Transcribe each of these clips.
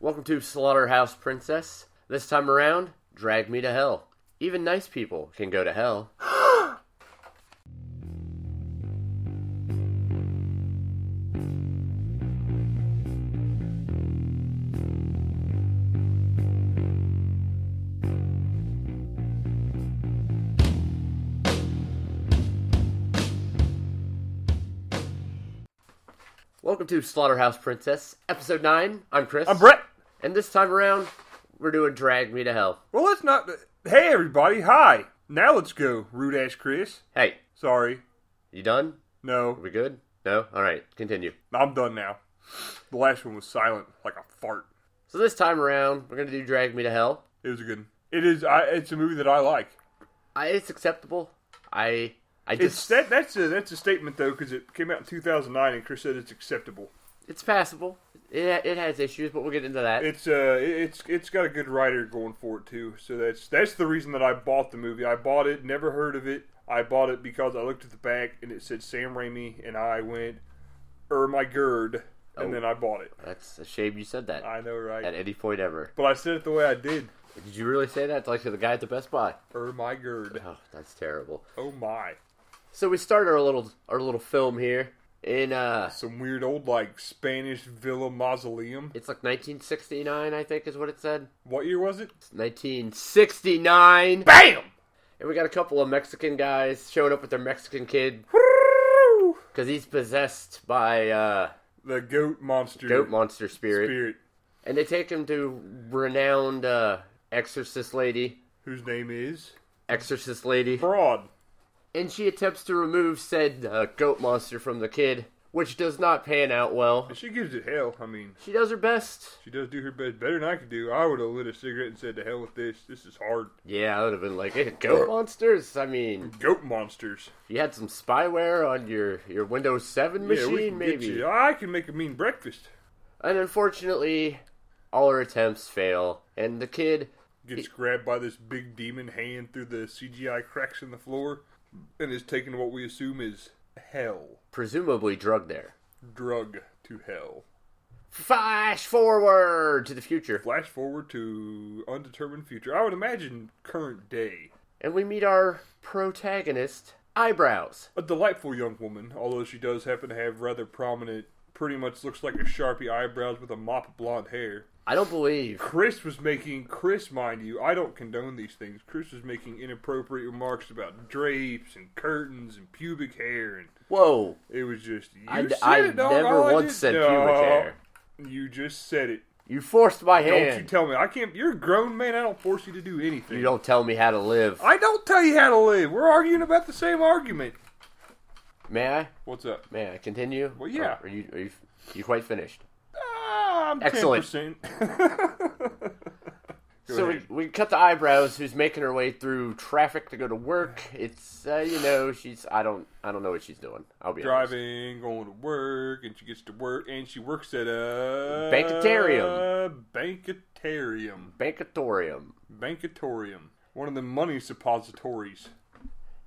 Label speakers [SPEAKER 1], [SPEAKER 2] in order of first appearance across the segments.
[SPEAKER 1] Welcome to Slaughterhouse Princess. This time around, drag me to hell. Even nice people can go to hell. Welcome to Slaughterhouse Princess, episode 9. I'm Chris.
[SPEAKER 2] I'm Brett.
[SPEAKER 1] And this time around, we're doing Drag Me to Hell.
[SPEAKER 2] Well, let's not. Hey, everybody. Hi. Now let's go, rude ass Chris.
[SPEAKER 1] Hey,
[SPEAKER 2] Sorry.
[SPEAKER 1] you done?
[SPEAKER 2] No,
[SPEAKER 1] We good? No? Alright, continue.
[SPEAKER 2] I'm done now. The last one was silent, like a fart.
[SPEAKER 1] So this time around, we're gonna do Drag Me to Hell.
[SPEAKER 2] It was a good. It is. I, it's a movie that I like.
[SPEAKER 1] I, it's acceptable. I I just
[SPEAKER 2] It's that. That's a. That's a statement though, because it came out in 2009, and Chris said it's acceptable.
[SPEAKER 1] it's passable. It, it has issues, but we'll get into that.
[SPEAKER 2] It's uh. it- It's it's got a good writer going for it too. So that's that's the reason that I bought the movie. I bought it. Never heard of it. I bought it because I looked at the back and it said Sam Raimi, and I went, er my gird, and then I bought it.
[SPEAKER 1] That's a shame you said that
[SPEAKER 2] I know, right?
[SPEAKER 1] at any point ever.
[SPEAKER 2] But I said it the way I did.
[SPEAKER 1] Did you really say that to like to the guy at the Best Buy?
[SPEAKER 2] Er my gird.
[SPEAKER 1] Oh, that's terrible.
[SPEAKER 2] Oh my.
[SPEAKER 1] So we start our little our little film here in uh
[SPEAKER 2] Some weird old like Spanish villa mausoleum.
[SPEAKER 1] it's like 1969, I think is what it said.
[SPEAKER 2] What year was it?
[SPEAKER 1] It's 1969.
[SPEAKER 2] BAM!
[SPEAKER 1] And we got a couple of Mexican guys showing up with their Mexican kid
[SPEAKER 2] Woo!
[SPEAKER 1] cuz he's possessed by uh
[SPEAKER 2] The goat monster.
[SPEAKER 1] goat monster spirit.
[SPEAKER 2] spirit.
[SPEAKER 1] And they take him to renowned uh exorcist lady,
[SPEAKER 2] Whose name is
[SPEAKER 1] exorcist lady.
[SPEAKER 2] Fraud.
[SPEAKER 1] and she attempts to remove said uh, goat monster from the kid, which does not pan out well.
[SPEAKER 2] And she gives it hell. I mean,
[SPEAKER 1] She does her best.
[SPEAKER 2] she does do her best better than I could do. I would have lit a cigarette and said, "To hell with this. This is hard."
[SPEAKER 1] Yeah, I would have been like, hey, goat monsters. I mean,
[SPEAKER 2] Goat monsters.
[SPEAKER 1] if you had some spyware on your your Windows Seven
[SPEAKER 2] yeah, we
[SPEAKER 1] machine,
[SPEAKER 2] can Get
[SPEAKER 1] maybe.
[SPEAKER 2] you. I can make a mean breakfast.
[SPEAKER 1] And unfortunately, all her attempts fail, and the kid
[SPEAKER 2] Gets grabbed by this big demon hand through the CGI cracks in the floor, and is taken to what we assume is hell.
[SPEAKER 1] presumably drugged there.
[SPEAKER 2] drug to hell.
[SPEAKER 1] Flash forward to the future,
[SPEAKER 2] Flash forward to undetermined future. I would imagine current day.
[SPEAKER 1] and we meet our protagonist, Eyebrows.
[SPEAKER 2] A delightful young woman, although she does happen to have rather prominent, pretty much looks like a sharpie eyebrows with a mop of blonde hair.
[SPEAKER 1] I don't believe
[SPEAKER 2] Chris was making, Chris, mind you, I don't condone these things. Chris was making inappropriate remarks about drapes and curtains and pubic hair, and
[SPEAKER 1] Whoa.
[SPEAKER 2] it was just. You
[SPEAKER 1] I,
[SPEAKER 2] said
[SPEAKER 1] I
[SPEAKER 2] it, dog.
[SPEAKER 1] never
[SPEAKER 2] All I
[SPEAKER 1] once
[SPEAKER 2] did-
[SPEAKER 1] said
[SPEAKER 2] No,
[SPEAKER 1] pubic hair.
[SPEAKER 2] You just said it.
[SPEAKER 1] You forced my
[SPEAKER 2] Don't you
[SPEAKER 1] hand.
[SPEAKER 2] tell me. I can't. You're a grown man. I don't force you to do anything.
[SPEAKER 1] You don't tell me how to live.
[SPEAKER 2] I don't tell you how to live. We're arguing about the same argument.
[SPEAKER 1] May I?
[SPEAKER 2] What's up?
[SPEAKER 1] May I continue?
[SPEAKER 2] Well, yeah.
[SPEAKER 1] Or are you are you, you quite finished?
[SPEAKER 2] Ah, I'm
[SPEAKER 1] Excellent.
[SPEAKER 2] 10%. Go
[SPEAKER 1] so we,
[SPEAKER 2] ahead.
[SPEAKER 1] we cut the eyebrows. Who's making her way through traffic to go to work? It's uh, you know she's I don't I don't know what she's doing. I'll be honest.
[SPEAKER 2] Driving, going to work, and she gets to work, and she works at a
[SPEAKER 1] Bankatarium.
[SPEAKER 2] Bankatarium.
[SPEAKER 1] Bankatorium.
[SPEAKER 2] Bankatorium. One of the money suppositories.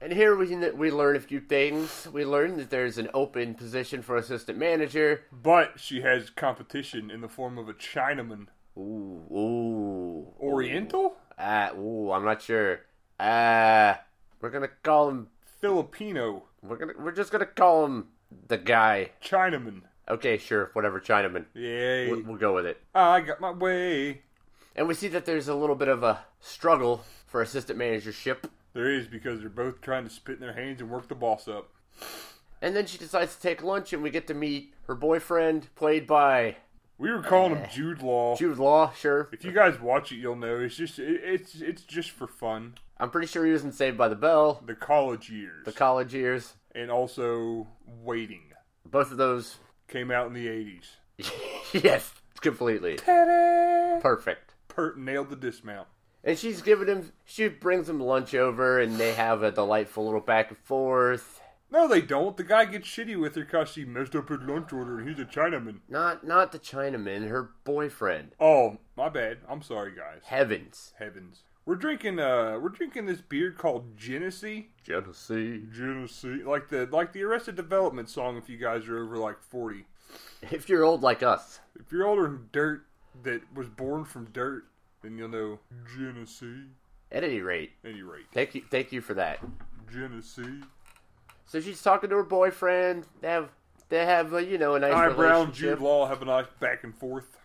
[SPEAKER 1] And here we we learn a few things. We learn that there's an open position for assistant manager.
[SPEAKER 2] But she has competition in the form of a Chinaman.
[SPEAKER 1] Ooh ooh.
[SPEAKER 2] Oriental?
[SPEAKER 1] Ah ooh. I'm not sure. Uh we're gonna call him
[SPEAKER 2] Filipino.
[SPEAKER 1] We're gonna we're just gonna call him the guy.
[SPEAKER 2] Chinaman.
[SPEAKER 1] Okay, sure, whatever, Chinaman.
[SPEAKER 2] Yay.
[SPEAKER 1] We'll, we'll go with it.
[SPEAKER 2] I got my way.
[SPEAKER 1] And we see that there's a little bit of a struggle for assistant managership.
[SPEAKER 2] There is because they're both trying to spit in their hands and work the boss up.
[SPEAKER 1] And then she decides to take lunch, and we get to meet her boyfriend, played by
[SPEAKER 2] We were calling him Jude Law.
[SPEAKER 1] Jude Law. Sure,
[SPEAKER 2] If you guys watch it, you'll know it's just it, it's it's just for fun.
[SPEAKER 1] I'm pretty sure he was in Saved by the Bell,
[SPEAKER 2] The college years
[SPEAKER 1] the college years.
[SPEAKER 2] and also waiting
[SPEAKER 1] Both of those,
[SPEAKER 2] came out in the eighties.
[SPEAKER 1] yes, completely
[SPEAKER 2] Pert
[SPEAKER 1] perfect.
[SPEAKER 2] nailed the dismount.
[SPEAKER 1] And she's giving him, she brings him lunch over, and they have a delightful little back and forth.
[SPEAKER 2] No, they don't. The guy gets shitty with her because she messed up her lunch order and he's a Chinaman.
[SPEAKER 1] Not, not the Chinaman, her boyfriend.
[SPEAKER 2] Oh, my bad. I'm sorry, guys.
[SPEAKER 1] Heavens.
[SPEAKER 2] Heavens. We're drinking uh we're drinking this beer called Genesee.
[SPEAKER 1] Jealousy.
[SPEAKER 2] Genesee, like the like the Arrested Development song. If you guys are over like forty,
[SPEAKER 1] If you're old like us.
[SPEAKER 2] if you're older than dirt, that was born from dirt, then you'll know Genesee.
[SPEAKER 1] At any rate,
[SPEAKER 2] At any rate,
[SPEAKER 1] thank you, thank you for that.
[SPEAKER 2] Genesee.
[SPEAKER 1] So she's talking to her boyfriend. They have they have uh, you know a nice
[SPEAKER 2] I Brown,
[SPEAKER 1] relationship.
[SPEAKER 2] Jude Law have a nice back and forth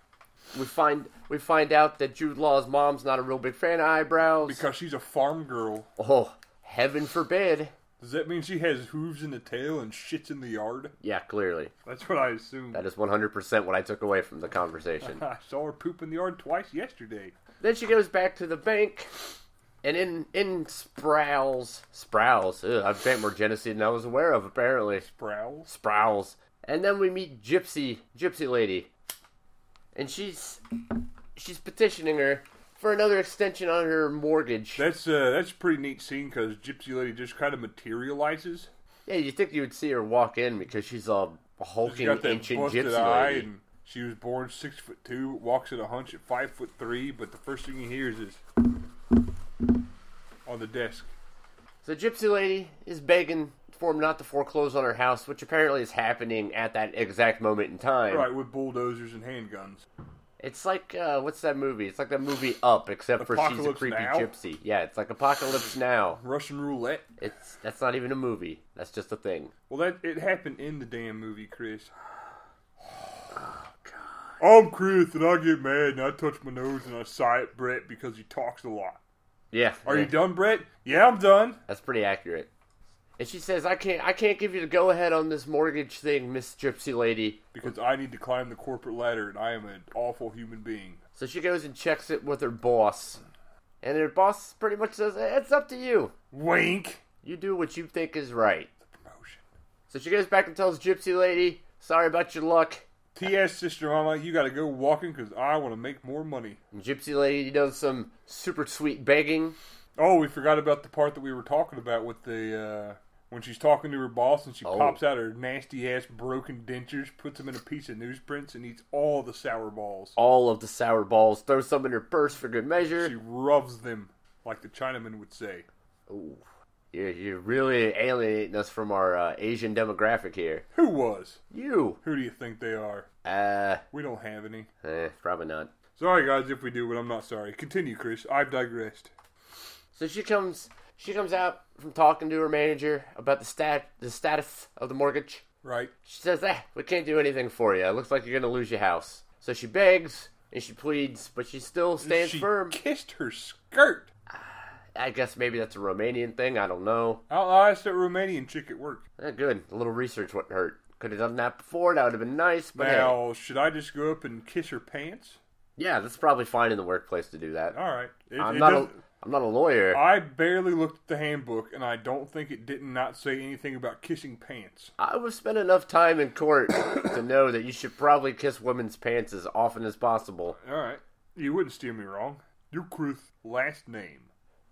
[SPEAKER 1] We find we find out that Jude Law's mom's not a real big fan of eyebrows.
[SPEAKER 2] because she's a farm girl.
[SPEAKER 1] oh, heaven forbid.
[SPEAKER 2] Does that mean she has hooves in the tail and shits in the yard?
[SPEAKER 1] Yeah, clearly
[SPEAKER 2] That's what I assume.
[SPEAKER 1] that is 100% what I took away from the conversation.
[SPEAKER 2] I saw her poop in the yard twice yesterday.
[SPEAKER 1] then she goes back to the bank, and in in Sproul's Sproul's. Ugh, I've drank more Genesee than I was aware of. Apparently,
[SPEAKER 2] Sprouls.
[SPEAKER 1] Sproul's. And then we meet Gypsy, Gypsy Lady. And she's she's petitioning her for another extension on her mortgage.
[SPEAKER 2] That's uh, that's a pretty neat scene because Gypsy Lady just kind of materializes.
[SPEAKER 1] Yeah, you think you would see her walk in because she's a
[SPEAKER 2] She
[SPEAKER 1] hulking
[SPEAKER 2] got that
[SPEAKER 1] ancient
[SPEAKER 2] busted
[SPEAKER 1] gypsy
[SPEAKER 2] eye,
[SPEAKER 1] lady.
[SPEAKER 2] and she was born six foot two, walks at a hunch at five foot three. But the first thing he hears is on the desk.
[SPEAKER 1] So Gypsy Lady is begging for him not to foreclose on her house, which apparently is happening at that exact moment in time.
[SPEAKER 2] Right, with bulldozers and handguns.
[SPEAKER 1] It's like uh, what's that movie? It's like that movie Up, except for she's a
[SPEAKER 2] Apocalypse
[SPEAKER 1] creepy
[SPEAKER 2] Now?
[SPEAKER 1] gypsy. Yeah, it's like Apocalypse Now.
[SPEAKER 2] Russian roulette.
[SPEAKER 1] It's that's not even a movie. That's just a thing.
[SPEAKER 2] Well, that it happened in the damn movie, Chris. I'm Chris, and I get mad, and I touch my nose, and I sigh at Brett because he talks a lot.
[SPEAKER 1] Yeah.
[SPEAKER 2] Are
[SPEAKER 1] yeah.
[SPEAKER 2] you done, Brett? Yeah, I'm done.
[SPEAKER 1] That's pretty accurate. And she says, "I can't, I can't give you the go ahead on this mortgage thing, Miss Gypsy Lady."
[SPEAKER 2] Because I need to climb the corporate ladder, and I am an awful human being.
[SPEAKER 1] So she goes and checks it with her boss, and her boss pretty much says, "Eh, "It's up to you.
[SPEAKER 2] Wink.
[SPEAKER 1] You do what you think is right."
[SPEAKER 2] Promotion.
[SPEAKER 1] So she goes back and tells Gypsy Lady, "Sorry about your luck."
[SPEAKER 2] T.S. Sister Mama, you gotta go walking because I want to make more money.
[SPEAKER 1] And Gypsy Lady does some super sweet begging.
[SPEAKER 2] Oh, we forgot about the part that we were talking about with the uh, when she's talking to her boss and she
[SPEAKER 1] Oh.
[SPEAKER 2] pops out her nasty ass broken dentures, puts them in a piece of newsprint, and eats all the sour balls.
[SPEAKER 1] All of the sour balls, throws some in her purse for good
[SPEAKER 2] She
[SPEAKER 1] measure.
[SPEAKER 2] rubs them like the Chinaman would say.
[SPEAKER 1] Ooh, you're, you're really alienating us from our uh, Asian demographic here.
[SPEAKER 2] Who was?
[SPEAKER 1] You,
[SPEAKER 2] Who do you think they are?
[SPEAKER 1] uh,
[SPEAKER 2] We don't have any.
[SPEAKER 1] eh, probably not.
[SPEAKER 2] Sorry, guys, if we do, but I'm not sorry. Continue, Chris. I've digressed.
[SPEAKER 1] So she comes she comes out from talking to her manager about the stat the status of the mortgage.
[SPEAKER 2] Right?
[SPEAKER 1] She says, "Ah, we can't do anything for you. It looks like you're gonna lose your house." So she begs and she pleads, but she still stands
[SPEAKER 2] she
[SPEAKER 1] firm.
[SPEAKER 2] kissed her skirt.
[SPEAKER 1] I guess maybe that's a Romanian thing. I don't know.
[SPEAKER 2] I asked that Romanian chick at work.
[SPEAKER 1] Eh, good. A little research wouldn't hurt. Could have done that before. That would have been nice. But hey.
[SPEAKER 2] Now, should I just go up and kiss her pants?
[SPEAKER 1] yeah, that's probably fine in the workplace to do that.
[SPEAKER 2] All right. It,
[SPEAKER 1] I'm
[SPEAKER 2] it
[SPEAKER 1] not. A,
[SPEAKER 2] doesn't-
[SPEAKER 1] I'm not a lawyer.
[SPEAKER 2] I barely looked at the handbook, and I don't think it did not say anything about kissing pants.
[SPEAKER 1] I would spend enough time in court to know that you should probably kiss women's pants as often as possible.
[SPEAKER 2] All right. You wouldn't steer me wrong. Your Chris last name.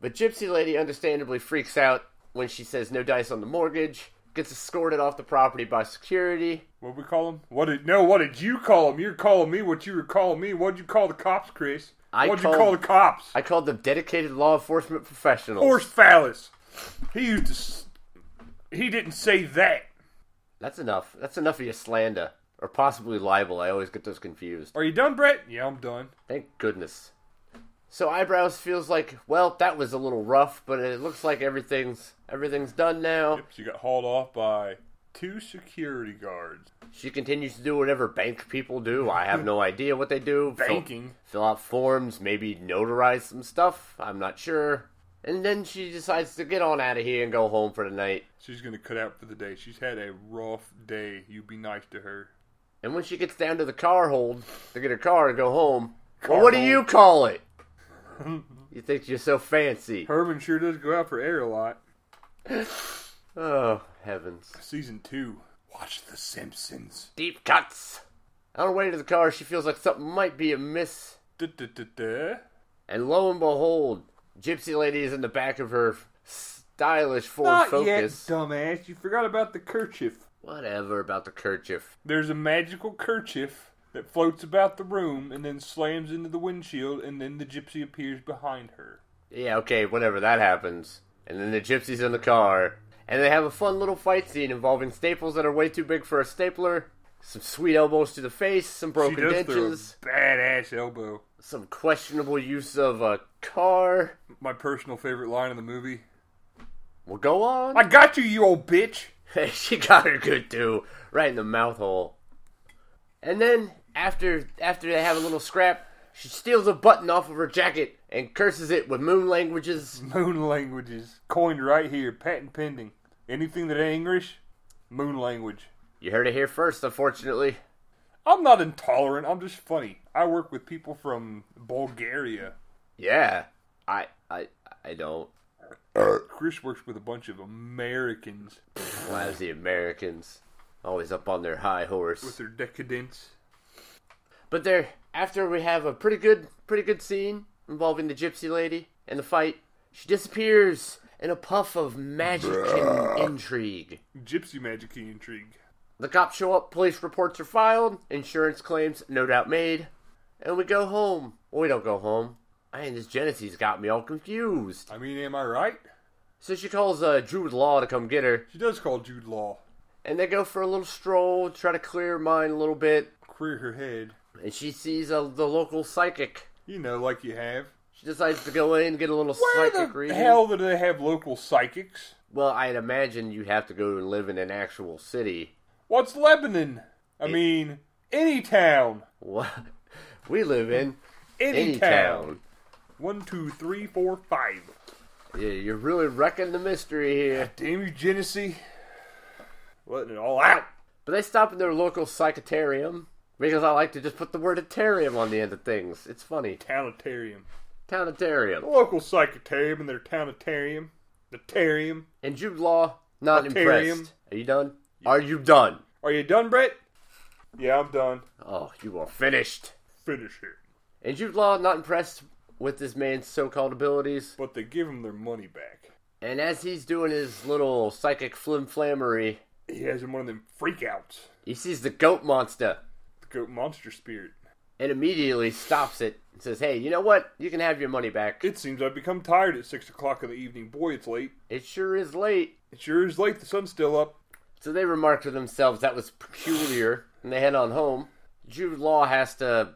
[SPEAKER 1] But Gypsy Lady understandably freaks out when she says no dice on the mortgage, gets escorted off the property by security.
[SPEAKER 2] What we call him? What did no? What did you call him? You're calling me what you were calling me. What'd you call the cops, Chris?
[SPEAKER 1] I
[SPEAKER 2] What'd
[SPEAKER 1] called-
[SPEAKER 2] you call the cops?
[SPEAKER 1] I called them dedicated law enforcement professionals.
[SPEAKER 2] Horse phallus. He used to. s- He didn't say that.
[SPEAKER 1] That's enough. That's enough of your slander. Or possibly libel. I always get those confused.
[SPEAKER 2] Are you done, Brett? Yeah, I'm done.
[SPEAKER 1] Thank goodness. So eyebrows feels like, well, that was a little rough, but it looks like everything's everything's done now.
[SPEAKER 2] Yep. She got hauled off by two security guards.
[SPEAKER 1] She continues to do whatever bank people do. I have no idea what they do. Fill-
[SPEAKER 2] Banking.
[SPEAKER 1] Fill, out forms, maybe notarize some stuff. I'm not sure. And then she decides to get on out of here and go home for the night.
[SPEAKER 2] She's gonna cut out for the day. She's had a rough day. You be nice to her.
[SPEAKER 1] And when she gets down to the car hold to get her car and go home, well,
[SPEAKER 2] Car
[SPEAKER 1] what do
[SPEAKER 2] hold.
[SPEAKER 1] you call it? you think you're so fancy.
[SPEAKER 2] Herman sure does go out for air a lot.
[SPEAKER 1] Oh, heavens.
[SPEAKER 2] Season two. Watch The Simpsons.
[SPEAKER 1] Deep cuts. On her way to the car, she feels like something might be amiss.
[SPEAKER 2] Da-da-da-da.
[SPEAKER 1] And lo and behold, Gypsy Lady is in the back of her stylish Ford
[SPEAKER 2] Not yet,
[SPEAKER 1] Focus.
[SPEAKER 2] dumbass. You forgot about the kerchief.
[SPEAKER 1] Whatever about the kerchief.
[SPEAKER 2] There's a magical kerchief that floats about the room and then slams into the windshield, and then the gypsy appears behind her.
[SPEAKER 1] Yeah, okay, whatever, that happens. And then the gypsy's in the car. And they have a fun little fight scene involving staples that are way too big for a stapler. some sweet elbows to the face, some broken
[SPEAKER 2] she does throw
[SPEAKER 1] dentures,
[SPEAKER 2] a badass elbow.
[SPEAKER 1] some questionable use of a car.
[SPEAKER 2] My personal favorite line in the movie.
[SPEAKER 1] Well, go on.
[SPEAKER 2] I got you, you old bitch.
[SPEAKER 1] she got her good too, right in the mouth hole. And then after after they have a little scrap, she steals a button off of her jacket and curses it with moon languages.
[SPEAKER 2] Moon languages coined right here, patent pending. Anything that ain't English, moon language.
[SPEAKER 1] You heard it here first, unfortunately.
[SPEAKER 2] I'm not intolerant. I'm just funny. I work with people from Bulgaria.
[SPEAKER 1] Yeah, I I I don't.
[SPEAKER 2] Chris works with a bunch of Americans
[SPEAKER 1] Why is the Americans always up on their high
[SPEAKER 2] with
[SPEAKER 1] horse?
[SPEAKER 2] their decadence.
[SPEAKER 1] But there, after we have a pretty good, pretty good scene involving the gypsy lady and the fight, she disappears in a puff of magic and intrigue.
[SPEAKER 2] Gypsy magic key intrigue.
[SPEAKER 1] The cops show up, police reports are filed, insurance claims no doubt made, and we go home. Well, we don't go home. Man, this Genesee's got me all confused.
[SPEAKER 2] I mean, am I right?
[SPEAKER 1] So she calls uh, Jude Law to come get her,
[SPEAKER 2] She does call Jude Law.
[SPEAKER 1] and they go for a little stroll, try to clear her mind a little bit,
[SPEAKER 2] Clear her head.
[SPEAKER 1] and she sees uh, the local psychic.
[SPEAKER 2] You know, like you have.
[SPEAKER 1] She decides to go in and get a little
[SPEAKER 2] Where
[SPEAKER 1] psychic
[SPEAKER 2] the
[SPEAKER 1] reading.
[SPEAKER 2] hell do they have local psychics?
[SPEAKER 1] Well, I'd imagine you'd have to go and live in an actual city.
[SPEAKER 2] What's Lebanon? I mean, any town.
[SPEAKER 1] What we live in
[SPEAKER 2] Any,
[SPEAKER 1] any
[SPEAKER 2] town.
[SPEAKER 1] town.
[SPEAKER 2] One, two, three, four, five.
[SPEAKER 1] Yeah, you're really wrecking the mystery here.
[SPEAKER 2] Damn you, Genesee. Letting it all out.
[SPEAKER 1] But they stop in their local psychotarium because I like to just put the word atarium on the end of things. It's funny.
[SPEAKER 2] Townitarium. The
[SPEAKER 1] Townitarium.
[SPEAKER 2] local psychotarium and their townitarium. The tarium.
[SPEAKER 1] And Jude Law, not
[SPEAKER 2] Atarium.
[SPEAKER 1] impressed. Are you done? Are you done?
[SPEAKER 2] Are you done, Brett? Yeah, I'm done.
[SPEAKER 1] Oh, you are finished.
[SPEAKER 2] Finish it.
[SPEAKER 1] And Jude Law, not impressed with this man's so called abilities.
[SPEAKER 2] But they give him their money back.
[SPEAKER 1] And as he's doing his little psychic flim flammery,
[SPEAKER 2] He has him one of them freakouts.
[SPEAKER 1] he sees the goat monster
[SPEAKER 2] The goat monster spirit.
[SPEAKER 1] and immediately stops it and says, Hey, you know what? You can have your money back.
[SPEAKER 2] It seems I've become tired at six o'clock in the evening. Boy, it's late.
[SPEAKER 1] It sure is late.
[SPEAKER 2] It sure is late. The sun's still up.
[SPEAKER 1] So they remarked to themselves that was peculiar, and they head on home. Jude Law has to,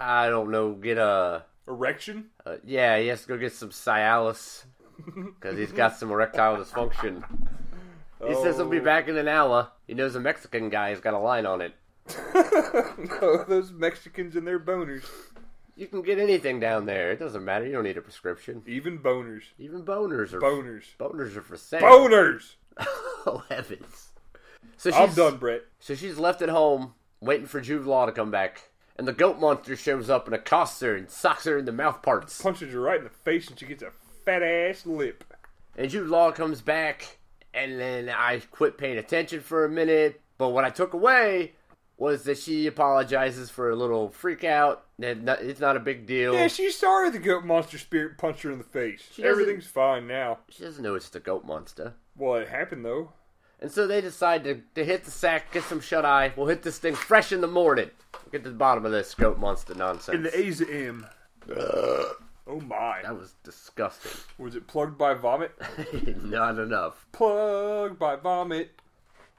[SPEAKER 1] I don't know, get a,
[SPEAKER 2] Erection?
[SPEAKER 1] a yeah, he has to go get some Cialis because he's got some erectile dysfunction. He says he'll be
[SPEAKER 2] Oh.
[SPEAKER 1] back in an hour. He knows a Mexican guy has got a line on it.
[SPEAKER 2] no, those Mexicans and their boners.
[SPEAKER 1] You can get anything down there. It doesn't matter. You don't need a prescription.
[SPEAKER 2] Even boners.
[SPEAKER 1] Even boners are
[SPEAKER 2] Boners.
[SPEAKER 1] boners are for sale.
[SPEAKER 2] Boners!
[SPEAKER 1] oh heavens! So she's
[SPEAKER 2] I'm done, Brett.
[SPEAKER 1] So she's left at home, waiting for Jude Law to come back. And the goat monster shows up and accosts her and socks her in the mouth parts.
[SPEAKER 2] Punches her right in the face and she gets a fat ass lip.
[SPEAKER 1] And Jude Law comes back, and then I quit paying attention for a minute. But what I took away was that she apologizes for a little freak out. That no- it's not a big deal.
[SPEAKER 2] Yeah, she's sorry the goat monster spirit punched her in the face.
[SPEAKER 1] She doesn't-
[SPEAKER 2] Everything's fine now.
[SPEAKER 1] She doesn't know it's the goat monster.
[SPEAKER 2] Well, it happened though.
[SPEAKER 1] And so they decide to, to hit the sack, get some shut eye. We'll hit this thing fresh in the morning. Get to the bottom of this goat monster nonsense.
[SPEAKER 2] In the A's M. Oh my.
[SPEAKER 1] that was disgusting.
[SPEAKER 2] Was it plugged by vomit?
[SPEAKER 1] not enough.
[SPEAKER 2] plugged by vomit.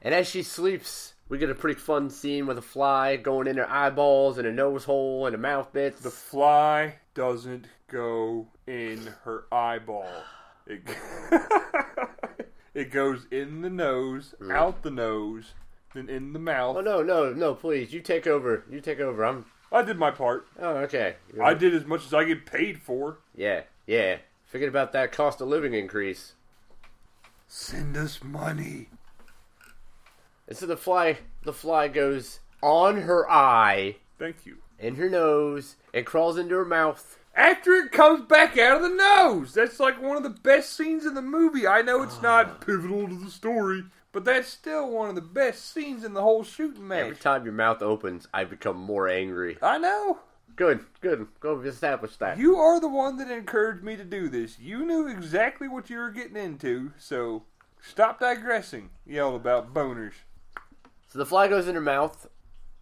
[SPEAKER 1] And as she sleeps, we get a pretty fun scene with a fly going in her eyeballs and a nose hole and a mouth bits.
[SPEAKER 2] The fly doesn't go in her eyeball. It, it goes in the nose, out the nose, then in the
[SPEAKER 1] Mm. oh
[SPEAKER 2] mouth.
[SPEAKER 1] no, no, no! Please, you take over. You take over. I'm.
[SPEAKER 2] I did my part.
[SPEAKER 1] Oh, okay. You're-
[SPEAKER 2] I did as much as I get paid for.
[SPEAKER 1] yeah, yeah. Forget about that cost of living increase.
[SPEAKER 2] Send us money.
[SPEAKER 1] And so the fly, the fly goes on her eye,
[SPEAKER 2] Thank you.
[SPEAKER 1] in her nose, and crawls into her mouth.
[SPEAKER 2] After it comes back out of the nose, that's like one of the best scenes in the movie. I know it's
[SPEAKER 1] Ah.
[SPEAKER 2] not pivotal to the story, but that's still one of the best scenes in the whole shooting
[SPEAKER 1] Every
[SPEAKER 2] match.
[SPEAKER 1] time your mouth opens, I become more angry.
[SPEAKER 2] I know.
[SPEAKER 1] Good, good. Go establish that.
[SPEAKER 2] You are the one that encouraged me to do this. You knew exactly what you were getting into, so stop digressing. Yelled about boners.
[SPEAKER 1] So the fly goes in her mouth,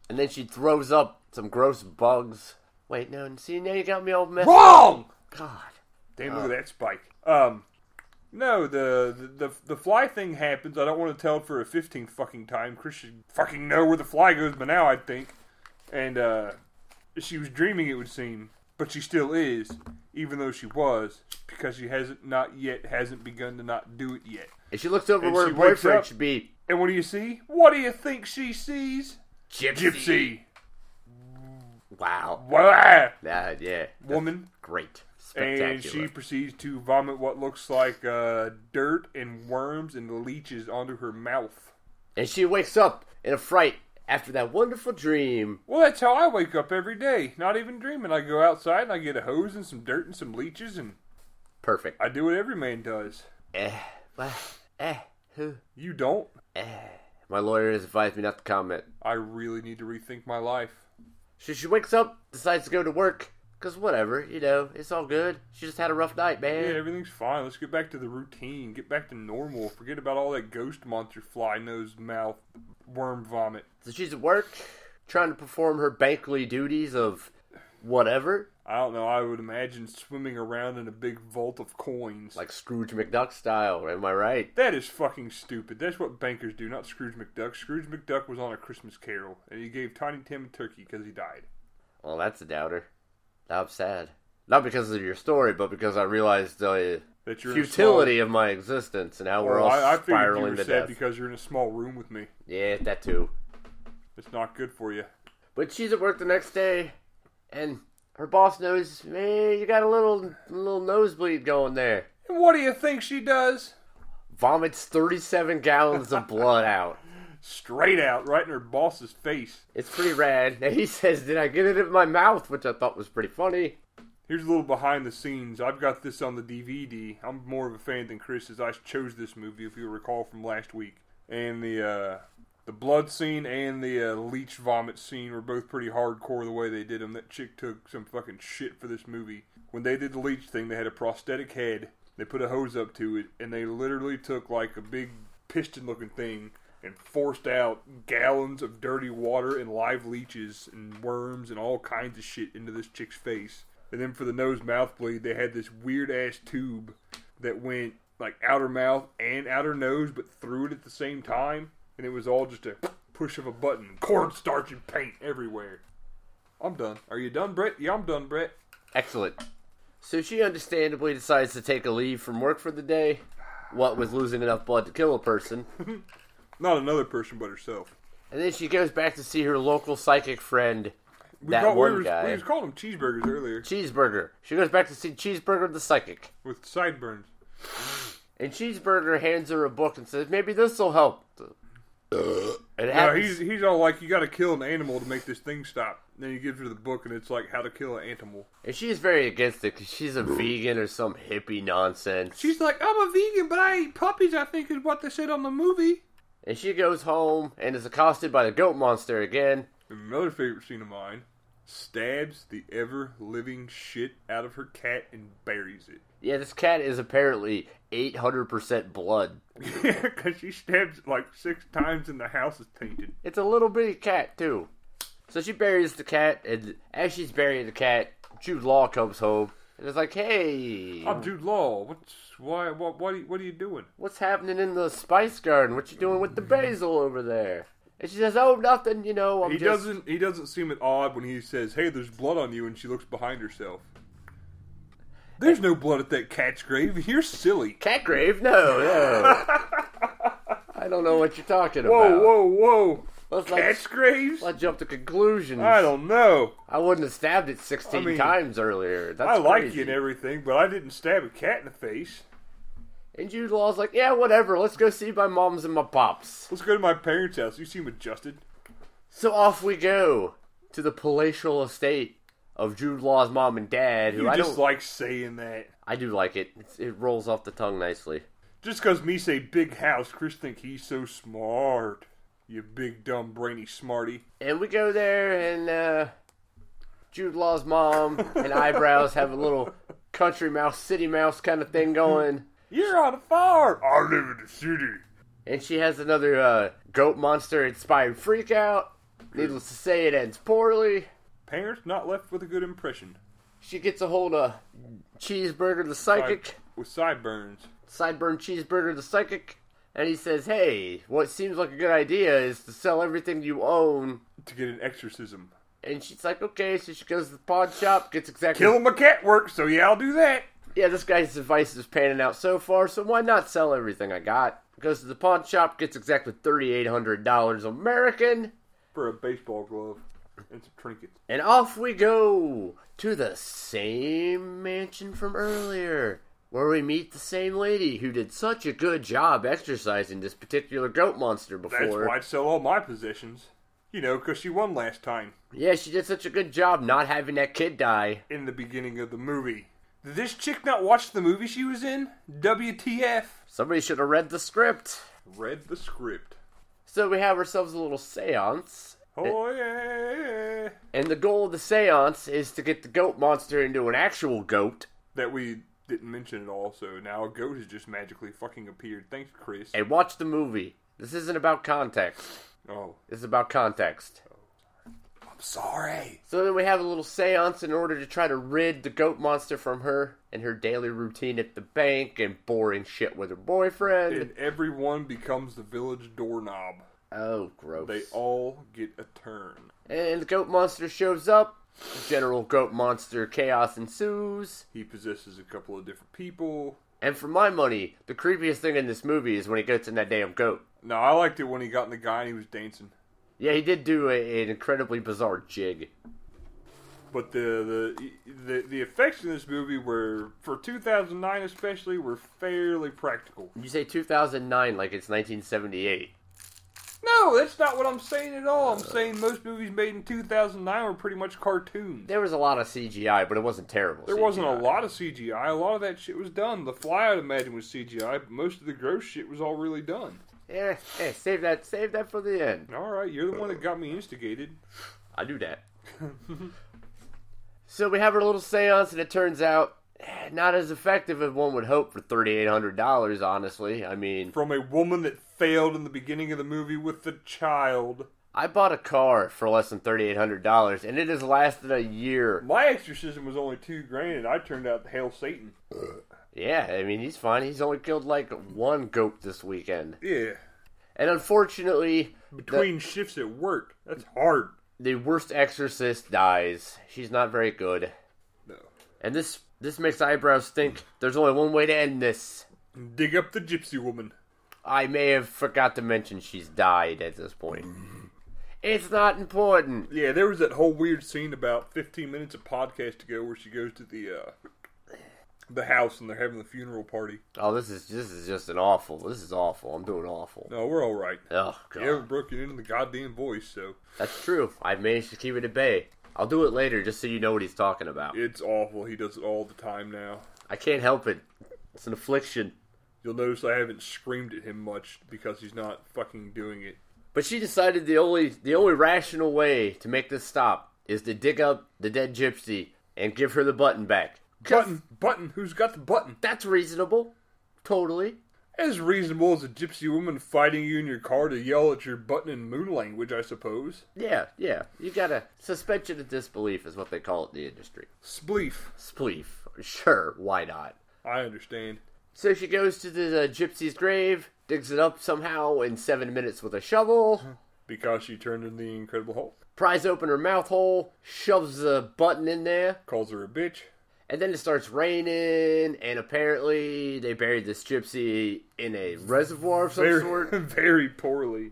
[SPEAKER 1] and then she throws up some gross bugs. Wait, no, see, now you got me all messed up.
[SPEAKER 2] Wrong!
[SPEAKER 1] God.
[SPEAKER 2] Damn, look at that spike. Um, No, the, the the the fly thing happens. I don't want to tell it for a fifteenth fucking time. Chris should fucking know where the fly goes by now, I think. And uh, she was dreaming, it would seem, but she still is, even though she was, because she hasn't not yet hasn't begun to not do it yet.
[SPEAKER 1] And she looks over
[SPEAKER 2] And
[SPEAKER 1] where
[SPEAKER 2] she
[SPEAKER 1] her
[SPEAKER 2] wakes
[SPEAKER 1] boyfriend
[SPEAKER 2] up.
[SPEAKER 1] should be.
[SPEAKER 2] And what do you see? What do you think she sees?
[SPEAKER 1] Gypsy.
[SPEAKER 2] Gypsy.
[SPEAKER 1] Wow.
[SPEAKER 2] Wah!
[SPEAKER 1] That, yeah. That's
[SPEAKER 2] Woman.
[SPEAKER 1] Great.
[SPEAKER 2] And
[SPEAKER 1] Spectacular.
[SPEAKER 2] she proceeds to vomit what looks like uh, dirt and worms and leeches onto her mouth.
[SPEAKER 1] and she wakes up in a fright after that wonderful dream.
[SPEAKER 2] Well, that's how I wake up every day. Not even dreaming. I go outside and I get a hose and some dirt and some leeches, and
[SPEAKER 1] Perfect.
[SPEAKER 2] I do what every man does.
[SPEAKER 1] Eh. Well, eh. Who? eh.
[SPEAKER 2] You don't.
[SPEAKER 1] My lawyer has advised me not to comment.
[SPEAKER 2] I really need to rethink my life.
[SPEAKER 1] So she wakes up, decides to go to work, because whatever, you know, it's all good. She just had a rough night,
[SPEAKER 2] Yeah,
[SPEAKER 1] man.
[SPEAKER 2] everything's fine. Let's get back to the routine. Get back to normal. Forget about all that ghost monster fly nose mouth worm vomit.
[SPEAKER 1] So she's at work, trying to perform her bankly duties of whatever,
[SPEAKER 2] I don't know. I would imagine swimming around in a big vault of coins.
[SPEAKER 1] like Scrooge McDuck style, am I right?
[SPEAKER 2] That is fucking stupid. That's what bankers do, not Scrooge McDuck. Scrooge McDuck was on a Christmas carol, and he gave Tiny Tim a turkey because he died.
[SPEAKER 1] Well, that's a doubter. I'm sad. Not because of your story, but because I realized the
[SPEAKER 2] That you're in a
[SPEAKER 1] futility of my existence and how
[SPEAKER 2] small-
[SPEAKER 1] we're all
[SPEAKER 2] I, I figured you
[SPEAKER 1] spiraling
[SPEAKER 2] were
[SPEAKER 1] to
[SPEAKER 2] sad
[SPEAKER 1] death.
[SPEAKER 2] because you're in a small room with me.
[SPEAKER 1] Yeah, that too.
[SPEAKER 2] It's not good for you.
[SPEAKER 1] But she's at work the next day, and her boss knows, man, you got a little little nosebleed going there.
[SPEAKER 2] And what do you think she does?
[SPEAKER 1] Vomits 37 gallons of blood out.
[SPEAKER 2] Straight out, right in her boss's face.
[SPEAKER 1] It's pretty rad. And he says, Did I get it in my mouth? Which I thought was pretty funny.
[SPEAKER 2] Here's a little behind the scenes. I've got this on the DVD. I'm more of a fan than Chris, as I chose this movie, if you recall from last week. And the uh, the blood scene and the uh, leech vomit scene were both pretty hardcore the way they did them. That chick took some fucking shit for this movie. When they did the leech thing, they had a prosthetic head. They put a hose up to it, and they literally took like a big piston-looking thing and forced out gallons of dirty water and live leeches and worms and all kinds of shit into this chick's face. And then for the nose mouth bleed, they had this weird ass tube that went like outer mouth and outer nose, but through it at the same time. And it was all just a push of a button, cornstarch and paint everywhere. I'm done. Are you done, Brett? Yeah, I'm done, Brett.
[SPEAKER 1] Excellent. So she understandably decides to take a leave from work for the day. What with losing enough blood to kill a person.
[SPEAKER 2] Not another person, but herself.
[SPEAKER 1] And then she goes back to see her local psychic friend,
[SPEAKER 2] We
[SPEAKER 1] that
[SPEAKER 2] call-
[SPEAKER 1] one
[SPEAKER 2] we was,
[SPEAKER 1] guy,
[SPEAKER 2] We was calling them cheeseburgers earlier
[SPEAKER 1] Cheeseburger. She goes back to see Cheeseburger the psychic.
[SPEAKER 2] with sideburns.
[SPEAKER 1] And Cheeseburger hands her a book and says, maybe this will help. And it
[SPEAKER 2] No,
[SPEAKER 1] happens.
[SPEAKER 2] he's he's all like, you got to kill an animal to make this thing stop. Then he gives her the book, and it's like how to kill an animal.
[SPEAKER 1] and she's very against it because she's a vegan or some hippie nonsense.
[SPEAKER 2] She's like, I'm a vegan, but I eat puppies. I think is what they said on the movie.
[SPEAKER 1] and she goes home and is accosted by the goat monster again.
[SPEAKER 2] Another favorite scene of mine stabs the ever living shit out of her cat and buries it.
[SPEAKER 1] Yeah, this cat is apparently 800% blood.
[SPEAKER 2] Because she stabs it like six times and the house is tainted.
[SPEAKER 1] It's a little bitty cat too. So she buries the cat, and as she's burying the cat, Jude Law comes home and is like, "Hey,
[SPEAKER 2] I'm Jude Oh, Law. What's why? What? What are you, what are you doing?
[SPEAKER 1] what's happening in the spice garden? What you doing with the basil over there?" And she says, "Oh, nothing. You know, I'm
[SPEAKER 2] He
[SPEAKER 1] just
[SPEAKER 2] doesn't. He doesn't seem at odd when he says, "Hey, there's blood on you," and she looks behind herself. There's no blood at that cat's grave. You're silly.
[SPEAKER 1] cat grave. No, no. I don't know what you're talking
[SPEAKER 2] Whoa,
[SPEAKER 1] about.
[SPEAKER 2] whoa, whoa!
[SPEAKER 1] Let's not-
[SPEAKER 2] Cat's graves?
[SPEAKER 1] Let's jump to conclusions.
[SPEAKER 2] I don't know.
[SPEAKER 1] I wouldn't have stabbed it 16
[SPEAKER 2] I mean,
[SPEAKER 1] times earlier. That's
[SPEAKER 2] I like
[SPEAKER 1] crazy.
[SPEAKER 2] you and everything, but I didn't stab a cat in the face.
[SPEAKER 1] And Jude Law's like, "Yeah, whatever. Let's go see my moms and my pops."
[SPEAKER 2] Let's go to my parents' house. You seem adjusted.
[SPEAKER 1] So off we go to the palatial estate of Jude Law's mom and dad. Who
[SPEAKER 2] You
[SPEAKER 1] I
[SPEAKER 2] just
[SPEAKER 1] don't,
[SPEAKER 2] like saying that.
[SPEAKER 1] I do like it. It's, it rolls off the tongue nicely.
[SPEAKER 2] Just 'cause me say big house, Chris think he's so smart. You big dumb brainy smarty.
[SPEAKER 1] And we go there, and uh, Jude Law's mom and eyebrows have a little country mouse, city mouse kind of thing going.
[SPEAKER 2] You're on a farm. I live in the city.
[SPEAKER 1] And she has another uh, goat monster inspired freak out. Needless to say, it ends poorly.
[SPEAKER 2] Parents not left with a good impression.
[SPEAKER 1] She gets a hold of Cheeseburger the Psychic,
[SPEAKER 2] with sideburns.
[SPEAKER 1] Sideburn Cheeseburger the Psychic, and he says, Hey, what seems like a good idea is to sell everything you own.
[SPEAKER 2] to get an exorcism. And
[SPEAKER 1] she's like, Okay, so she goes to the pawn shop, gets exactly.
[SPEAKER 2] Killing my cat works, so yeah, I'll do that.
[SPEAKER 1] yeah, this guy's advice is panning out so far, so why not sell everything I got? Goes to the pawn shop, gets exactly $3,800 American.
[SPEAKER 2] For a baseball glove and some trinkets.
[SPEAKER 1] And off we go to the same mansion from earlier, where we meet the same lady who did such a good job exercising this particular goat monster
[SPEAKER 2] That's
[SPEAKER 1] before.
[SPEAKER 2] why I'd sell all my possessions. You know, because she won last time
[SPEAKER 1] Yeah, she did such a good job not having that kid die.
[SPEAKER 2] in the beginning of the movie. Did this chick not watch the movie she was in? WTF?
[SPEAKER 1] Somebody should have read the script.
[SPEAKER 2] Read the script.
[SPEAKER 1] So we have ourselves a little seance.
[SPEAKER 2] Oh, yeah.
[SPEAKER 1] And the goal of the seance is to get the goat monster into an actual goat.
[SPEAKER 2] That we didn't mention at all, so now a goat has just magically fucking appeared. Thanks, Chris.
[SPEAKER 1] And watch the movie. This isn't about context.
[SPEAKER 2] Oh,
[SPEAKER 1] This is about context.
[SPEAKER 2] I'm sorry.
[SPEAKER 1] So then we have a little seance in order to try to rid the goat monster from her and her daily routine at the bank and boring shit with her boyfriend.
[SPEAKER 2] And everyone becomes the village doorknob.
[SPEAKER 1] oh, gross.
[SPEAKER 2] They all get a turn.
[SPEAKER 1] and the goat monster shows up. General goat monster chaos ensues.
[SPEAKER 2] He possesses a couple of different people.
[SPEAKER 1] And for my money, the creepiest thing in this movie is when he gets in that damn goat.
[SPEAKER 2] No, I liked it when he got in the guy and he was dancing.
[SPEAKER 1] Yeah, he did do a, an incredibly bizarre jig.
[SPEAKER 2] But the, the the the effects in this movie were for 2009 especially were fairly practical.
[SPEAKER 1] You say 2009 like it's 1978.
[SPEAKER 2] No, that's not what I'm saying at all. I'm saying most movies made in 2009 were pretty much cartoons.
[SPEAKER 1] There was a lot of CGI, but it wasn't terrible.
[SPEAKER 2] There wasn't a lot of CGI. A lot of that shit was done. The fly, I'd imagine, was CGI. But most of the gross shit was all really done.
[SPEAKER 1] Yeah, yeah, Eh, save that, save that for the end.
[SPEAKER 2] All right, you're the one that got me instigated.
[SPEAKER 1] I do that. so we have our little seance, and it turns out eh, not as effective as one would hope for $3,800, honestly. I mean,
[SPEAKER 2] From a woman that failed in the beginning of the movie with the child.
[SPEAKER 1] I bought a car for less than $3,800, and it has lasted a year.
[SPEAKER 2] My exorcism was only two grand, and I turned out to hail Satan.
[SPEAKER 1] Yeah, I mean, he's fine. He's only killed like one goat this weekend.
[SPEAKER 2] Yeah.
[SPEAKER 1] And unfortunately,
[SPEAKER 2] Between shifts at work. That's hard.
[SPEAKER 1] the worst exorcist dies. She's not very good.
[SPEAKER 2] No.
[SPEAKER 1] And this this makes eyebrows think there's only one way to end this.
[SPEAKER 2] Dig up the gypsy woman.
[SPEAKER 1] I may have forgot to mention she's died at this point. It's not important.
[SPEAKER 2] Yeah, there was that whole weird scene about 15 minutes of podcast ago where she goes to the uh, the house and they're having the funeral party.
[SPEAKER 1] Oh, this is this is just an awful. This is awful. I'm doing awful.
[SPEAKER 2] No, we're all right.
[SPEAKER 1] Oh
[SPEAKER 2] You haven't
[SPEAKER 1] god,
[SPEAKER 2] broken into the goddamn voice, so
[SPEAKER 1] that's true. I've managed to keep it at bay. I'll do it later, just so you know what he's talking about.
[SPEAKER 2] it's awful. He does it all the time now.
[SPEAKER 1] I can't help it. It's an affliction.
[SPEAKER 2] You'll notice I haven't screamed at him much because he's not fucking doing it.
[SPEAKER 1] But she decided the only the only rational way to make this stop is to dig up the dead gypsy and give her the button back. 'Cause
[SPEAKER 2] Button, button. Who's got the button?
[SPEAKER 1] That's reasonable. Totally.
[SPEAKER 2] As reasonable as a gypsy woman fighting you in your car to yell at your button in moon language, I suppose.
[SPEAKER 1] Yeah, yeah. You gotta suspension of disbelief is what they call it in the industry.
[SPEAKER 2] Spleef.
[SPEAKER 1] Spleef. Sure, why not?
[SPEAKER 2] I understand.
[SPEAKER 1] So she goes to the uh, gypsy's grave, digs it up somehow in seven minutes with a shovel,
[SPEAKER 2] Because she turned in the Incredible Hulk,
[SPEAKER 1] pries open her mouth hole, shoves the button in there,
[SPEAKER 2] calls her a bitch.
[SPEAKER 1] and then it starts raining. And apparently, they buried this gypsy in a reservoir of some
[SPEAKER 2] Very,
[SPEAKER 1] sort.
[SPEAKER 2] very poorly.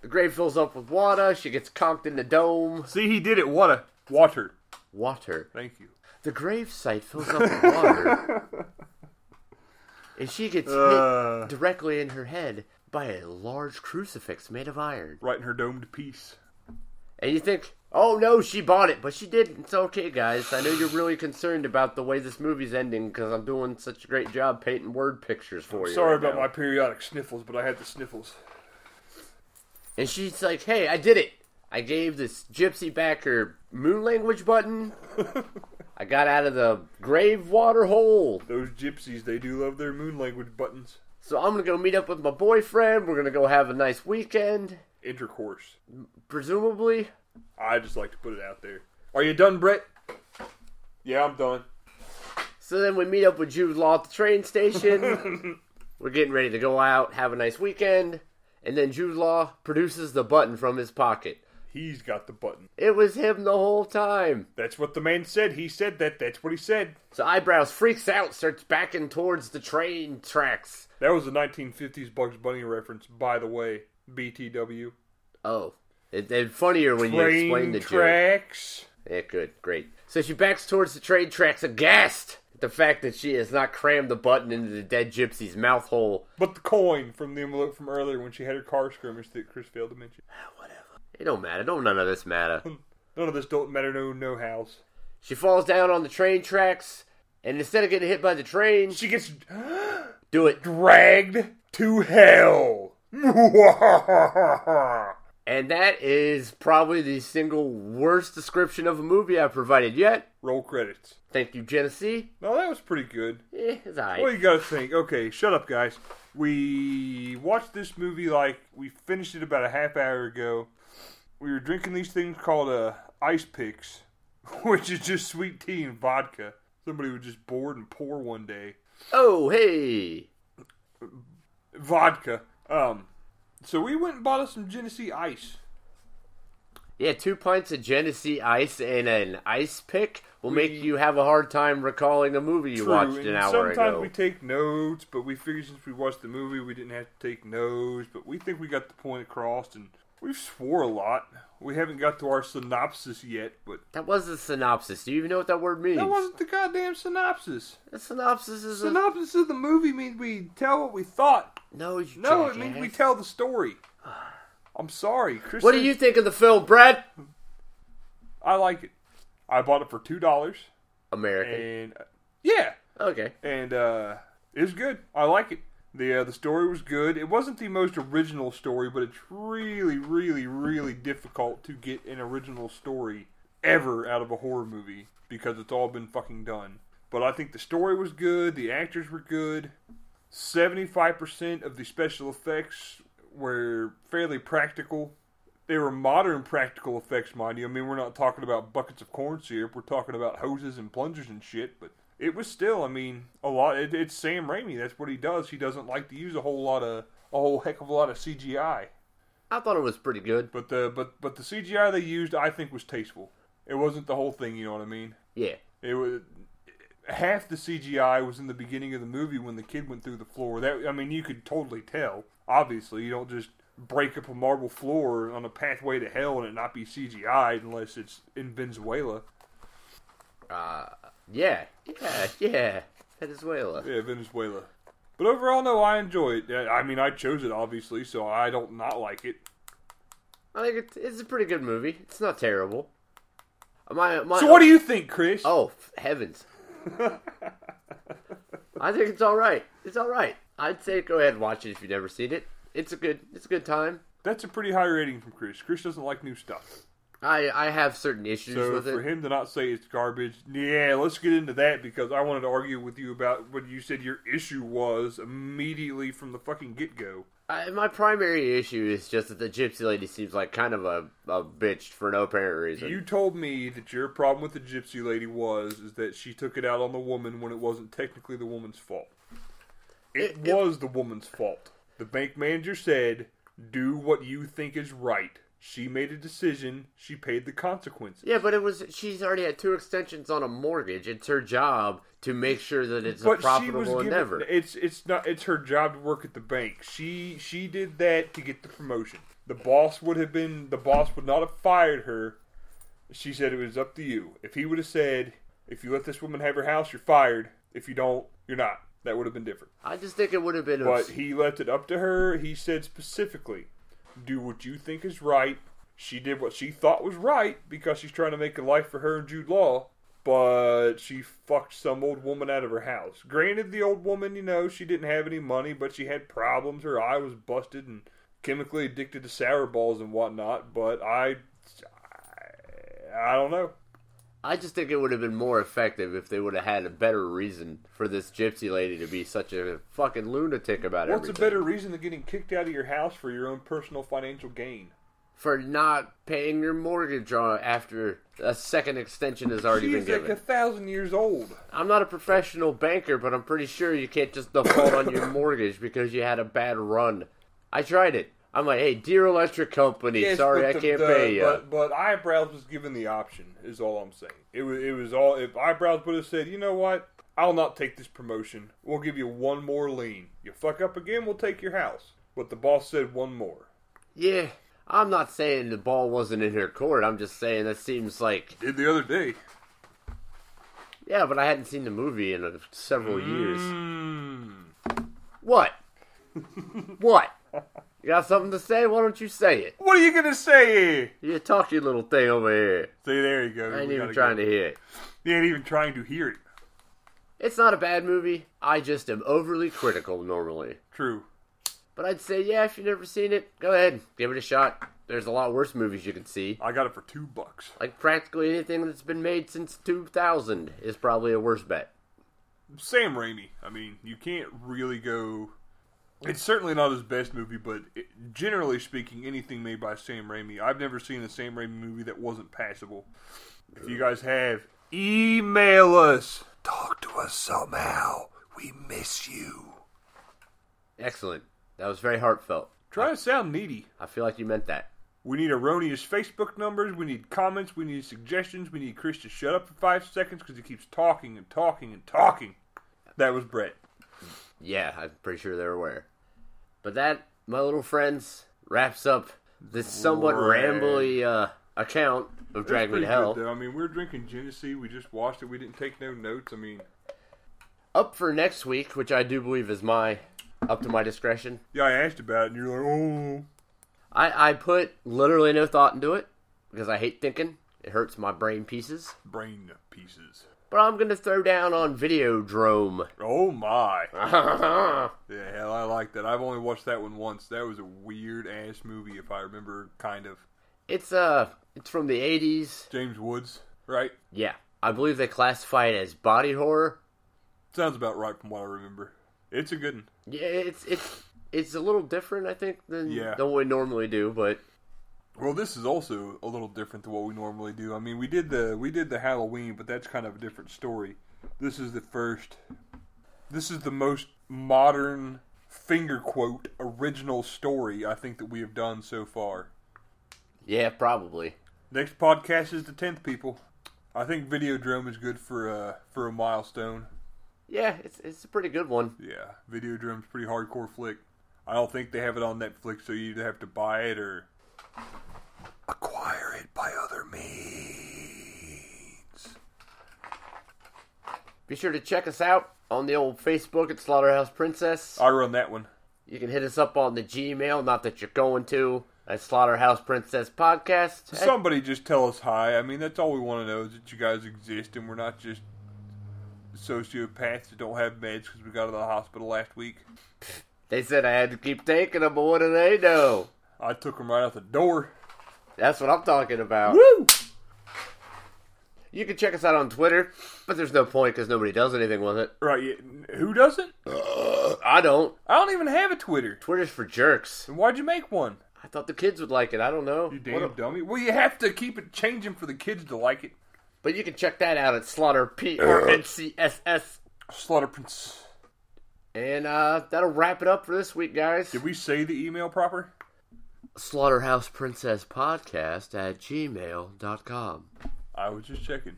[SPEAKER 1] The grave fills up with water. She gets conked in the dome.
[SPEAKER 2] See, he did it. What a water.
[SPEAKER 1] Water.
[SPEAKER 2] Thank you.
[SPEAKER 1] The grave site fills up with water. and she gets
[SPEAKER 2] Uh.
[SPEAKER 1] hit directly in her head by a large crucifix made of iron.
[SPEAKER 2] Right in her domed piece.
[SPEAKER 1] And you think, oh no, she bought it, but she didn't. It's okay, guys. I know you're really concerned about the way this movie's ending because I'm doing such a great job painting word pictures for you.
[SPEAKER 2] Sorry
[SPEAKER 1] right
[SPEAKER 2] about
[SPEAKER 1] now.
[SPEAKER 2] my periodic sniffles, but I had the sniffles.
[SPEAKER 1] And she's like, hey, I did it. I gave this gypsy back her moon language button. I got out of the grave water hole.
[SPEAKER 2] Those gypsies, they do love their moon language buttons.
[SPEAKER 1] So I'm gonna go meet up with my boyfriend. We're gonna go have a nice weekend,
[SPEAKER 2] Intercourse.
[SPEAKER 1] presumably.
[SPEAKER 2] I just like to put it out there. Are you done, Brett? Yeah, I'm done.
[SPEAKER 1] So then we meet up with Jude Law at the train station. We're getting ready to go out, have a nice weekend. And then Jude Law produces the button from his pocket.
[SPEAKER 2] He's got the button.
[SPEAKER 1] It was him the whole time.
[SPEAKER 2] That's what the man said. He said that. That's what he said.
[SPEAKER 1] So Eyebrows freaks out, starts backing towards the train tracks.
[SPEAKER 2] That was a 1950s Bugs Bunny reference, by the way. BTW.
[SPEAKER 1] Oh, it, it's funnier when you explain the
[SPEAKER 2] Train
[SPEAKER 1] joke.
[SPEAKER 2] tracks.
[SPEAKER 1] Yeah, good, great. So she backs towards the train tracks, aghast at the fact that she has not crammed the button into the dead gypsy's mouth hole.
[SPEAKER 2] But the coin from the envelope from earlier when she had her car skirmish that Chris failed to mention.
[SPEAKER 1] It don't matter. Don't none of this matter.
[SPEAKER 2] None of this don't matter no no house.
[SPEAKER 1] She falls down on the train tracks, and instead of getting hit by the train,
[SPEAKER 2] She gets
[SPEAKER 1] do it.
[SPEAKER 2] dragged to hell. That's
[SPEAKER 1] And that is probably the single worst description of a movie I've provided yet.
[SPEAKER 2] Roll credits.
[SPEAKER 1] Thank you, Genesee.
[SPEAKER 2] No, that was pretty good.
[SPEAKER 1] Eh, it's alright.
[SPEAKER 2] Well, you gotta think. Okay, shut up, guys. We watched this movie like we finished it about a half hour ago. We were drinking these things called uh, ice picks, which is just sweet tea and vodka. Somebody was just bored and poor one day.
[SPEAKER 1] Oh, hey.
[SPEAKER 2] Vodka. Um, so we went and bought us some Genesee Ice.
[SPEAKER 1] Yeah, two pints of Genesee ice and an ice pick will make you have a hard time recalling the movie you
[SPEAKER 2] True,
[SPEAKER 1] watched an
[SPEAKER 2] and
[SPEAKER 1] hour
[SPEAKER 2] sometimes
[SPEAKER 1] ago.
[SPEAKER 2] we take notes, but we figured since we watched the movie, we didn't have to take notes. But we think we got the point across, and we've swore a lot. We haven't got to our synopsis yet, but
[SPEAKER 1] that was the synopsis. Do you even know what that word means?
[SPEAKER 2] that wasn't the goddamn synopsis.
[SPEAKER 1] The synopsis is a...
[SPEAKER 2] Synopsis of the movie means we tell what we thought.
[SPEAKER 1] No, you
[SPEAKER 2] No, it means we
[SPEAKER 1] jackass.
[SPEAKER 2] tell the story. I'm sorry, Chris.
[SPEAKER 1] What do you think of the film, Brad?
[SPEAKER 2] I like it. I bought it for two dollars,
[SPEAKER 1] American.
[SPEAKER 2] and uh, yeah,
[SPEAKER 1] Okay.
[SPEAKER 2] and uh, it was good. I like it. the uh, The story was good. It wasn't the most original story, but it's really, really, really difficult to get an original story ever out of a horror movie because it's all been fucking done. But I think the story was good. The actors were good. Seventy-five percent of the special effects were fairly practical. They were modern practical effects, mind you. I mean, we're not talking about buckets of corn syrup. We're talking about hoses and plungers and shit. But it was still, I mean, a lot. It, it's Sam Raimi. That's what he does. He doesn't like to use a whole lot of a whole heck of a lot of CGI.
[SPEAKER 1] I thought it was pretty good.
[SPEAKER 2] But the but but the CGI they used, I think, was tasteful. It wasn't the whole thing. You know what I mean?
[SPEAKER 1] Yeah.
[SPEAKER 2] It was half the CGI was in the beginning of the movie when the kid went through the floor. That I mean, you could totally tell. Obviously, you don't just break up a marble floor on a pathway to hell and it not be CGI unless it's in Venezuela.
[SPEAKER 1] Yeah. Yeah. Yeah. Venezuela.
[SPEAKER 2] Yeah, Venezuela. But overall, no, I enjoy it. Uh, I mean, I chose it obviously, so I don't not like it.
[SPEAKER 1] I think it's, it's a pretty good movie. It's not terrible. My, my,
[SPEAKER 2] So what do you think, Chris?
[SPEAKER 1] Oh, f- heavens. I think it's all right. It's all right. I'd say go ahead and watch it if you've never seen it. It's a good it's a good time.
[SPEAKER 2] That's a pretty high rating from Chris. Chris doesn't like new stuff,
[SPEAKER 1] I I have certain issues
[SPEAKER 2] so
[SPEAKER 1] with it.
[SPEAKER 2] for him to not say it's garbage, yeah, let's get into that because I wanted to argue with you about what you said your issue was immediately from the fucking get go.
[SPEAKER 1] I, my primary issue is just that the gypsy lady seems like kind of a, a bitch for no apparent reason.
[SPEAKER 2] You told me that your problem with the gypsy lady was is that she took it out on the woman when it wasn't technically the woman's fault. It,
[SPEAKER 1] It- it-
[SPEAKER 2] was the woman's fault. The bank manager said, "Do what you think is right." She made a decision. She paid the consequences.
[SPEAKER 1] yeah, but it was she's already had two extensions on a mortgage. It's her job to make sure that it's a profitable
[SPEAKER 2] given-
[SPEAKER 1] endeavor.
[SPEAKER 2] It's it's not it's her job to work at the bank. She she did that to get the promotion. The boss would have been the boss would not have fired her. She said it was up to you. If he would have said, if you let this woman have her house, you're fired. If you don't, you're not. That would have been different.
[SPEAKER 1] I just think it would have been a-
[SPEAKER 2] But he left it up to her. He said specifically, do what you think is right. She did what she thought was right because she's trying to make a life for her and Jude Law. But she fucked some old woman out of her house. Granted, the old woman, you know, she didn't have any money, but she had problems. Her eye was busted and chemically addicted to sour balls and whatnot. But I, I, I don't know.
[SPEAKER 1] I just think it would have been more effective if they would have had a better reason for this gypsy lady to be such a fucking lunatic about
[SPEAKER 2] What's a
[SPEAKER 1] everything.
[SPEAKER 2] better reason than getting kicked out of your house for your own personal financial gain?
[SPEAKER 1] for not paying your mortgage on after a second extension has already been
[SPEAKER 2] She's like
[SPEAKER 1] given.
[SPEAKER 2] a thousand years old.
[SPEAKER 1] I'm not a professional banker, but I'm pretty sure you can't just default on your mortgage because you had a bad run. I tried it. I'm like, hey, dear electric company,
[SPEAKER 2] Yes,
[SPEAKER 1] sorry
[SPEAKER 2] but
[SPEAKER 1] I
[SPEAKER 2] the-
[SPEAKER 1] can't
[SPEAKER 2] the-
[SPEAKER 1] pay you.
[SPEAKER 2] But, but eyebrows was given the option. Is all I'm saying. It was. It was all. If eyebrows would have said, you know what, I'll not take this promotion. We'll give you one more lien. You fuck up again, we'll take your house. But the boss said one more.
[SPEAKER 1] yeah, I'm not saying the ball wasn't in her court. I'm just saying that seems like
[SPEAKER 2] Did the other day.
[SPEAKER 1] yeah, but I hadn't seen the movie in uh, several
[SPEAKER 2] Mm.
[SPEAKER 1] years.
[SPEAKER 2] Hmm.
[SPEAKER 1] What? what? You got something to say? Why don't you say it?
[SPEAKER 2] What are you gonna say?
[SPEAKER 1] You talk your little thing over here.
[SPEAKER 2] See, there you go.
[SPEAKER 1] I ain't even trying to hear it.
[SPEAKER 2] He ain't even trying to hear it.
[SPEAKER 1] It's not a bad movie. I just am overly critical normally.
[SPEAKER 2] True.
[SPEAKER 1] But I'd say, yeah, if you've never seen it, go ahead, give it a shot. There's a lot worse movies you can see.
[SPEAKER 2] I got it for two bucks.
[SPEAKER 1] Like practically anything that's been made since 2000 is probably a worse bet.
[SPEAKER 2] Sam Raimi. I mean, you can't really go. It's certainly not his best movie, but it, generally speaking, anything made by Sam Raimi, I've never seen a Sam Raimi movie that wasn't passable. If you guys have, email us. Talk to us somehow. We miss you.
[SPEAKER 1] Excellent. That was very heartfelt.
[SPEAKER 2] Try to sound needy.
[SPEAKER 1] I feel like you meant that.
[SPEAKER 2] We need erroneous Facebook numbers. We need comments. We need suggestions. We need Chris to shut up for five seconds because he keeps talking and talking and talking. That was Brett.
[SPEAKER 1] Yeah, I'm pretty sure they're aware. But that, my little friends, wraps up this somewhat
[SPEAKER 2] Right.
[SPEAKER 1] rambly uh, account of Drag Me
[SPEAKER 2] pretty
[SPEAKER 1] to Hell.
[SPEAKER 2] Good, though. I mean, we are drinking Genesee. We just watched it. We didn't take no notes. I mean,
[SPEAKER 1] Up for next week, which I do believe is my up to my discretion.
[SPEAKER 2] yeah, I asked about it, and you're like, "Oh,
[SPEAKER 1] I, I put literally no thought into it because I hate thinking. It hurts my brain pieces.
[SPEAKER 2] oh, brain pieces.
[SPEAKER 1] But I'm gonna throw down on Videodrome.
[SPEAKER 2] Oh my!
[SPEAKER 1] I
[SPEAKER 2] Yeah, hell, I like that. I've only watched that one once. That was a weird ass movie, if I remember. Kind of
[SPEAKER 1] it's uh it's from the eighties.
[SPEAKER 2] James Woods, right?
[SPEAKER 1] Yeah. I believe they classify it as body horror.
[SPEAKER 2] Sounds about right from what I remember. It's a good one.
[SPEAKER 1] Yeah, it's it's it's a little different I think than
[SPEAKER 2] Yeah.
[SPEAKER 1] than what we normally do, but
[SPEAKER 2] Well, this is also a little different than what we normally do. I mean, we did the we did the Halloween, but that's kind of a different story. This is the first. This is the most modern finger quote original story I think that we have done so far.
[SPEAKER 1] yeah, probably.
[SPEAKER 2] Next podcast is the tenth people. I think Videodrome is good for uh for a milestone.
[SPEAKER 1] Yeah, it's it's a pretty good one.
[SPEAKER 2] Yeah, Videodrome's a pretty hardcore flick. I don't think they have it on Netflix, so you either have to buy it or acquire it by other means.
[SPEAKER 1] Be sure to check us out on the old Facebook at Slaughterhouse Princess.
[SPEAKER 2] I run that one.
[SPEAKER 1] You can hit us up on the Gmail, not that you're going to. That's Slaughterhouse Princess Podcast. at
[SPEAKER 2] Somebody just tell us hi. I mean, that's all we want to know is that you guys exist and we're not just sociopaths that don't have meds because we got out of the hospital last week.
[SPEAKER 1] They said I had to keep taking them, but what do they know?
[SPEAKER 2] I took them right out the door.
[SPEAKER 1] That's what I'm talking about.
[SPEAKER 2] Woo!
[SPEAKER 1] You can check us out on Twitter, but there's no point because nobody does anything with it.
[SPEAKER 2] Right? Yeah. Who doesn't?
[SPEAKER 1] I don't.
[SPEAKER 2] I don't even have a Twitter.
[SPEAKER 1] Twitter's for jerks.
[SPEAKER 2] And why'd you make one?
[SPEAKER 1] I thought the kids would like it. I don't know.
[SPEAKER 2] You
[SPEAKER 1] What
[SPEAKER 2] damn
[SPEAKER 1] a-
[SPEAKER 2] dummy. Well, you have to keep it changing for the kids to like it.
[SPEAKER 1] but you can check that out at Slaughter P or NCSS.
[SPEAKER 2] Slaughter Prince.
[SPEAKER 1] And uh, that'll wrap it up for this week, guys.
[SPEAKER 2] Did we say the email proper?
[SPEAKER 1] Slaughterhouse Princess Podcast at gmail.com.
[SPEAKER 2] I was just checking.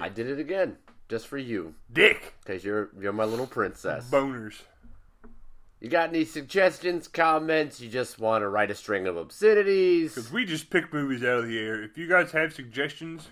[SPEAKER 1] I did it again, just for you,
[SPEAKER 2] Dick.
[SPEAKER 1] because you're you're my little princess.
[SPEAKER 2] Boners.
[SPEAKER 1] You got any suggestions, comments? You just want to write a string of obscenities?
[SPEAKER 2] We just pick movies out of the air. If you guys have suggestions,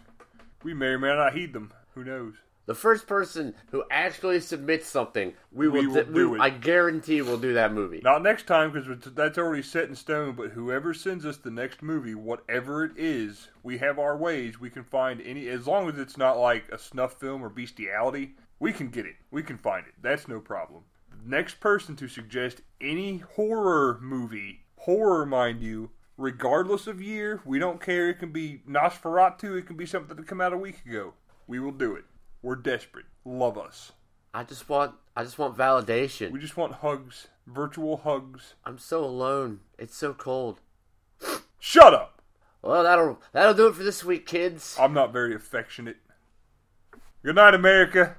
[SPEAKER 2] we may or may not heed them. Who knows?
[SPEAKER 1] The first person who actually submits something, we will.
[SPEAKER 2] We will
[SPEAKER 1] di-
[SPEAKER 2] do it.
[SPEAKER 1] I guarantee we'll do that movie.
[SPEAKER 2] Not next time because that's already set in stone. But whoever sends us the next movie, whatever it is, we have our ways. We can find any as long as it's not like a snuff film or bestiality. We can get it. We can find it. That's no problem. The next person to suggest any horror movie, horror mind you, regardless of year, we don't care. It can be Nosferatu. It can be something that came out a week ago. We will do it. We're desperate. Love us.
[SPEAKER 1] I just want. I just want validation.
[SPEAKER 2] We just want hugs, virtual hugs.
[SPEAKER 1] I'm so alone. It's so cold.
[SPEAKER 2] Shut up.
[SPEAKER 1] Well, that'll that'll do it for this week, kids.
[SPEAKER 2] I'm not very affectionate. Good night, America.